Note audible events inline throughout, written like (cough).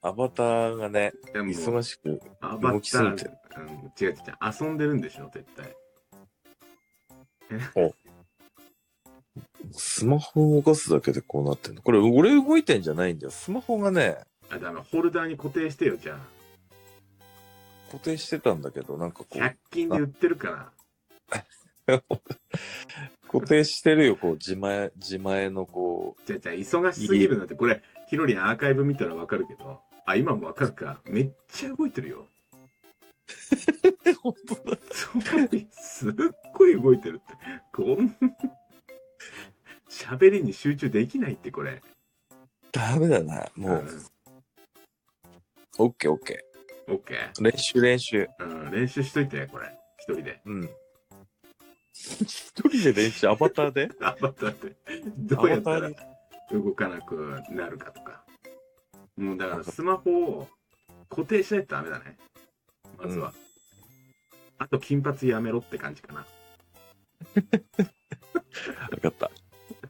アバターがね、いやもう忙しくアバタ動きすぎてー、うん、違う違う違う、遊んでるんでしょ、絶対。スマホを動かすだけでこうなってんの。これ、俺動いてんじゃないんだよ。スマホがね、あ、だめ、ホルダーに固定してよ、じゃあ。固定してたんだけど、なんかこ100均で売ってるから。う、 (laughs) 固定してるよ、こう、自前、自前のこじゃあ、じゃあ、忙しすぎるなんて、これ、ヒロリンアーカイブ見たらわかるけど。あ、今もわかるか。めっちゃ動いてるよ。う。本当だ。そうすっごい動いてるって。こん喋りに集中できないって、これ。ダメだな。もう、オッケーオッケうん。オッケー。ー。練習練習。うん、練習しといて、これ。一人で。うん。一人で練習、アバターでアバターで。アどうやバタったーらで。動かなくなるかとか。もうだからスマホを固定しないとダメだね。まずは。あと金髪やめろって感じかな。分かった。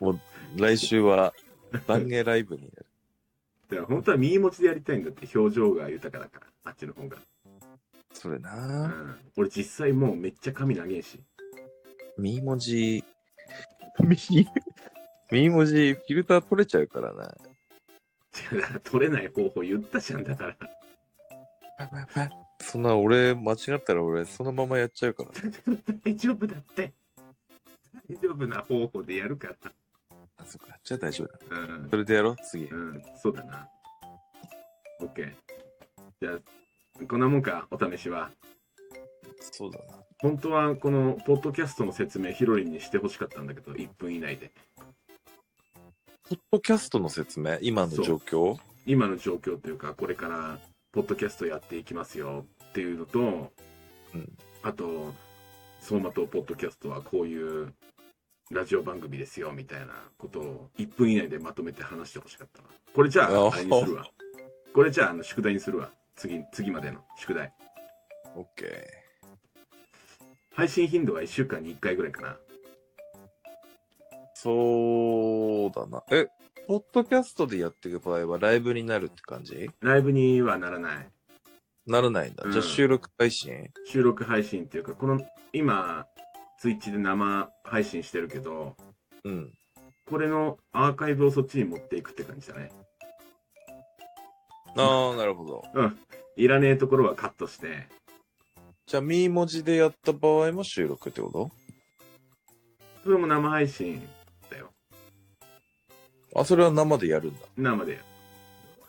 もう、来週は、番芸ライブにやる。だから本当は右持ちでやりたいんだって表情が豊かだから。あっちの方が。それうなぁ。ん。俺実際もうめっちゃ髪長えし。右文字、右、右文字、フィルター取れちゃうからな。違うだから取れない方法言ったじゃんだから。 (laughs) そんな俺間違ったら俺そのままやっちゃうからね。大丈夫だって。大丈夫な方法でやるか (laughs) あ、そっか。じゃあ大丈夫だ。ら。うんそ。れでやろう、次う。ん。そうだな。オッケー。じゃあ、こんなもんか、お試しは。そうだな。本当はこのポッドキャストの説明ヒロリンにしてほしかったんだけど1分以内でポッドキャストの説明、今の状況今の状況というかこれからポッドキャストやっていきますよっていうのと、うんあと相馬とポッドキャストはこういうラジオ番組ですよみたいなことを1分以内でまとめて話してほしかったなこれじゃあああれにするわこれじゃああの宿題にするわ次次までの宿題オッケ配信頻度は1週間に1回ぐらいかなー。そうだな。え、ポッドキャストでやっていく場合はライブになるって感じライブにはならないならないんだ。うんじゃあ収録配信収録配信っていうかこの今ツイッチで生配信してるけどうん。これのアーカイブをそっちに持っていくって感じだねああ、なるほど。うんいらねえところはカットしてじゃあ、ミー文字でやった場合も収録ってこそれも生配信だよとあ、それは生でやるんだ。生で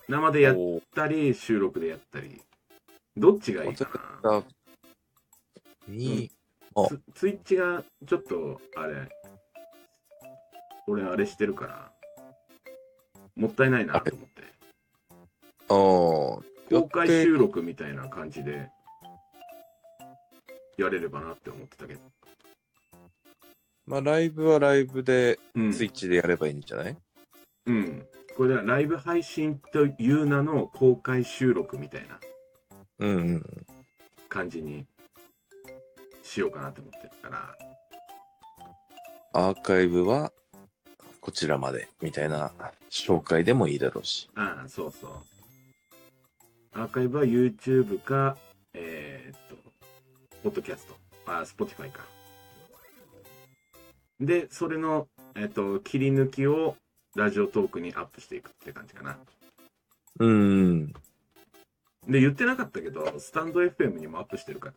生でやっおーたり収録でやったりどっちがいいかなあに、あツツイッチがちょっとあれ俺あれしてるからもったいないなと思ってああ、公開収録みたいな感じでやれればなって思ってたけど、まあ、ライブはライブで、うん、ツイッチでやればいいんじゃない、うん、これはライブ配信という名の公開収録みたいなうん、うんうん。感じにしようかなと思ってるからアーカイブは、こちらまで、みたいな紹介でもいいだろうし。ああそうそうアーカイブは YouTube かえーっとポッドキャストああ Spotify かでそれの、えーっと切り抜きをラジオトークにアップしていくって感じかなうんうん。で、言ってなかったけど、スタンド FM にもアップしてるから、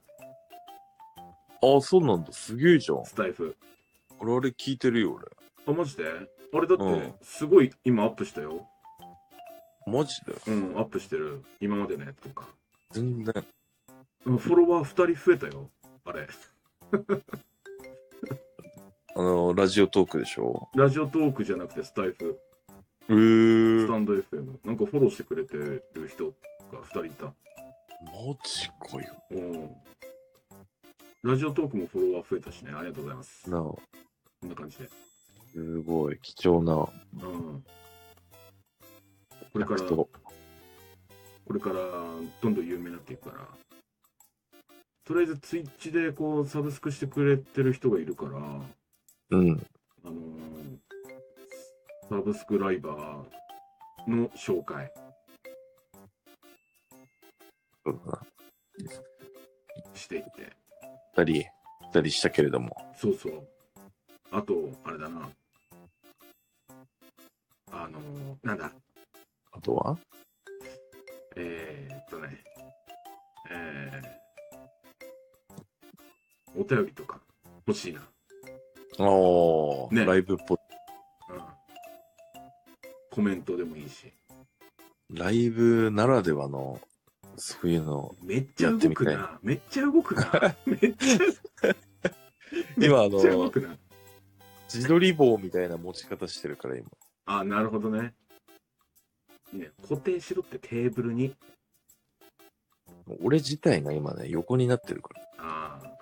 ああ、そうなんだ。すげえじゃん。スタイフ。俺、あれ聞いてるよ、あ、マジで俺だっうんて、すごい今アップしたよ。俺。マジでうん、アップしてる。今までのやつとか。全然。うんフォロワー2人増えたよ。あれ。あの、ラジオトークでしょラジオトークじゃなくてスタイフ、ええスタマンド FM。なんかフォローしてくれてる人が2人いた。ジかよ。うん。ラジオトークもフォロワー増えたしね。ありがとうございます。なあ、こんな感じで。すごい、貴重な、うん。これか楽ら、と。これからどんどん有名になっていくからとりあえずツイッチでこうサブスクしてくれてる人がいるからあうん。のーサブスクライバーの紹介そうだな。していって。二人、二人したけれども。そうそう。あと、あれだな。あの、なんだ、あとはえー、っとね、えー、お便りとか欲しいな。おー、ねライブっぽい。うん。コメントでもいいし。ライブならではの、そういうの。めっちゃやって動みくたいな。めっちゃ動く (laughs) な。めっちゃ、今、あめっちゃ動の、くな。自撮り棒みたいな持ち方してるから、今。あ、なるほどね。いいね。固定しろってテーブルに。俺自体が今ね、横になってるから。ああ。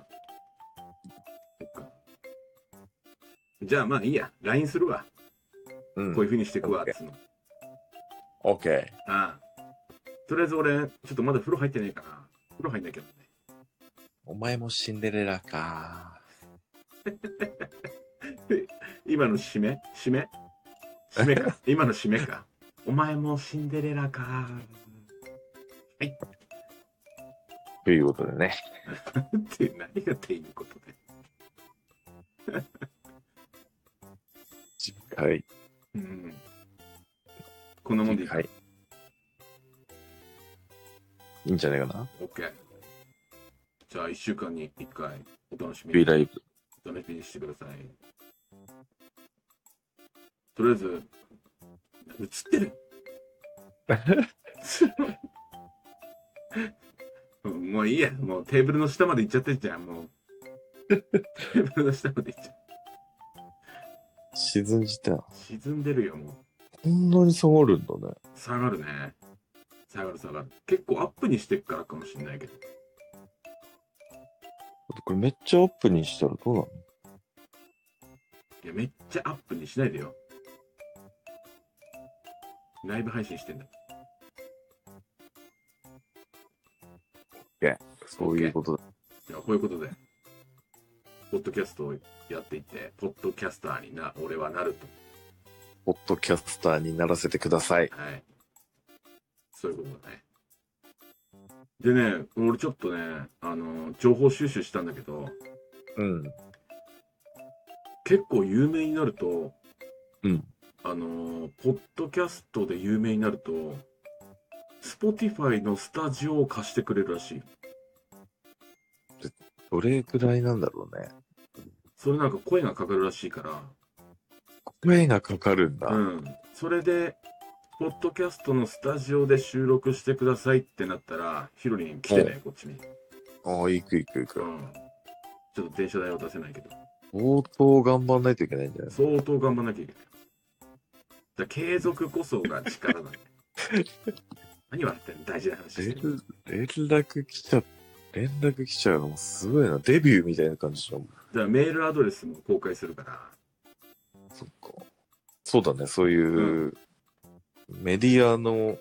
そっか。じゃあまあいいや。LINE するわ。うんこういう。風にしてくわ。 OK つうの。オッケー。ああ。とりあえず俺、ちょっとまだ風呂入ってないから、風呂入んなきゃね。お前もシンデレラか。 (laughs) 今の締め締め締 (laughs) めか。今の締めか。お前もシンデレラか。ということでね。って何がっていうことで。次回、うん。こんなもんでい次いか回。。いいんじゃないかな。オッケー。じゃあ、一週間に一回、お楽しみ B に、ライブ。お楽しみにしてください。とりあえず、映ってる (laughs) うんもういいや、もうテーブルの下まで行っちゃってんじゃ (laughs) ん、もう。テーブルの下まで行っちゃう。沈んじた。沈んでるよ、もう。こんなに下がるんだね。下がるね。下がる下がる。結構アップにしてっからかもしれないけど。これめっちゃアップにしたらどうなのいや、めっちゃアップにしないでよ。ライブ配信してんだ。そういうことだ。じゃあ、こういうことで、ポッドキャストをやっていって、ポッドキャスターにな、俺はなると。ポッドキャスターにならせてください。はい。そういうことだね。でね、俺ちょっとね、あの、情報収集したんだけど、うん。結構有名になると、うん。あのーポッドキャストで有名になると、Spotify のスタジオを貸してくれるらしい。どれくらいなんだろうね。それなんか声がかかるらしいから、声がかかるんだ。うん。それで、ポッドキャストのスタジオで収録してくださいってなったら、ヒロリン来てね、こっちに。ああ、行く行く行うく。ん。ちょっと電車代は出せないけど、相当頑張んないといけないんじゃない相当頑張んなきゃいけない。だから継続こそが (laughs) 力だね。何笑ってんの大事な話してる。連連絡来ちゃ、連絡来ちゃうのもすごいな。デビューみたいな感じだもん。だからメールアドレスも公開するから、そっか。そうだね、そういう、メディアの、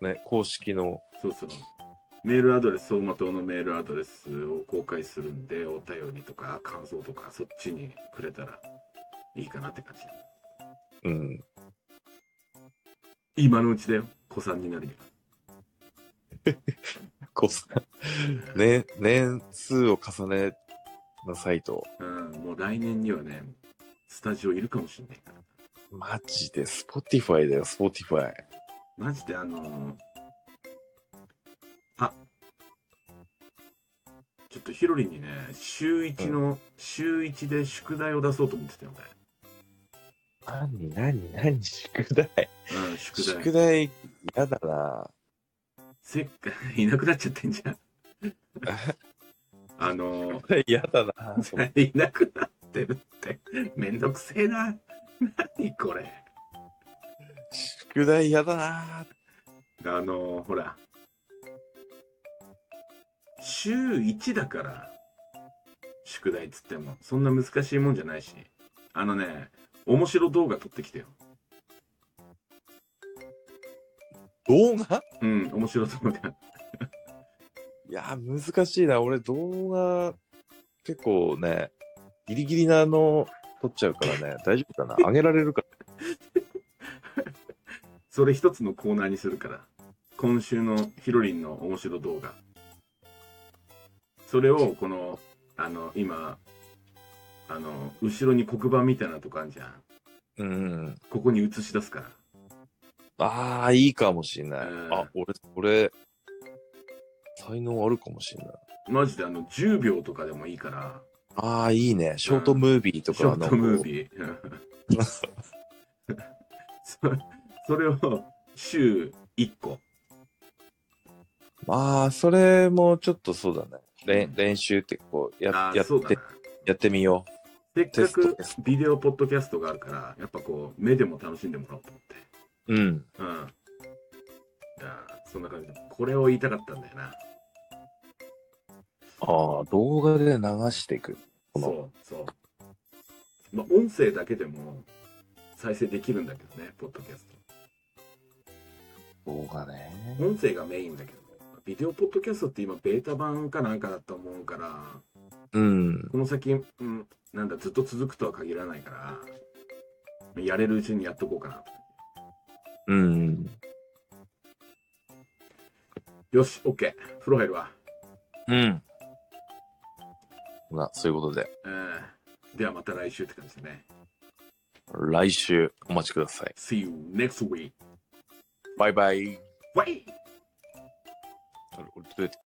ね、公式の、そうそう。メールアドレス、相馬灯のメールアドレスを公開するんで、お便りとか感想とか、そっちにくれたらいいかなって感じ。うん。今のうちだよ、子さんになるにこうさ、ね、年数を重ねなさいと、は。うん、もう来年にはね、スタジオいるかもしれないから。マジで、スポティファイだよ、スポティファイ。マジであのーあ、ちょっとヒロリンにね、週一の、週一で宿題を出そうと思ってたよね。何、何、何、宿題。うん、宿題。宿題、嫌だ (laughs) な。せっか、 (laughs) いなくなっちゃってんじゃん。あのー、嫌だな。そのいなくなってるって、めんどくせえな。何これ。宿題嫌だな。あのー、ほら。週1だから、宿題っつっても、そんな難しいもんじゃないし。あのね、面白動画撮ってきてよ。動画うん、面白動画。いや、難しいな。俺、動画、結構ね、ギリギリなの、撮っちゃうからね、大丈夫 (laughs) かな。上げられるかそれ一つのコーナーにするから。今週のヒロリンの面白動画。それを、この、あの、今、あの、後ろに黒板みたいなとこあるじゃん。うん。ここに映し出すから。ああ、いいかもしんない。うんあ、俺、これ、才能あるかもしんない。マジであの、10秒とかでもいいから、ああ、いいね。ショートムービーとシかョあのートムービー。 (laughs) そそれを週1個。ああ、それもちょっとそうだね。れん練習ってこうやあやあ、っそうだてな。やってみよせっかくテストビデオポッドキャストがあるから、やっぱこう、目でも楽しんでもらおうと思って。う。うん。うん。じゃあ、そんな感じで、これを言いたかったんだよな。ああ、動画で流していく。このそう、そう。まあ、音声だけでも再生できるんだけどね、ポッドキャス動画ね。ト。音声がメインだけど、ビデオポッドキャストって今、ベータ版かなんかだと思うから、うん。この先、うん、なんだ、ずっと続くとは限らないから、やれるうちにやっとこうかな。うん。よし、OK。風呂入るわ。うん。ほら、そういうことで、うん。ではまた来週って感じだね。来週お待ちください。 See you next week. バイバイ。 Bye! あれ俺どうやって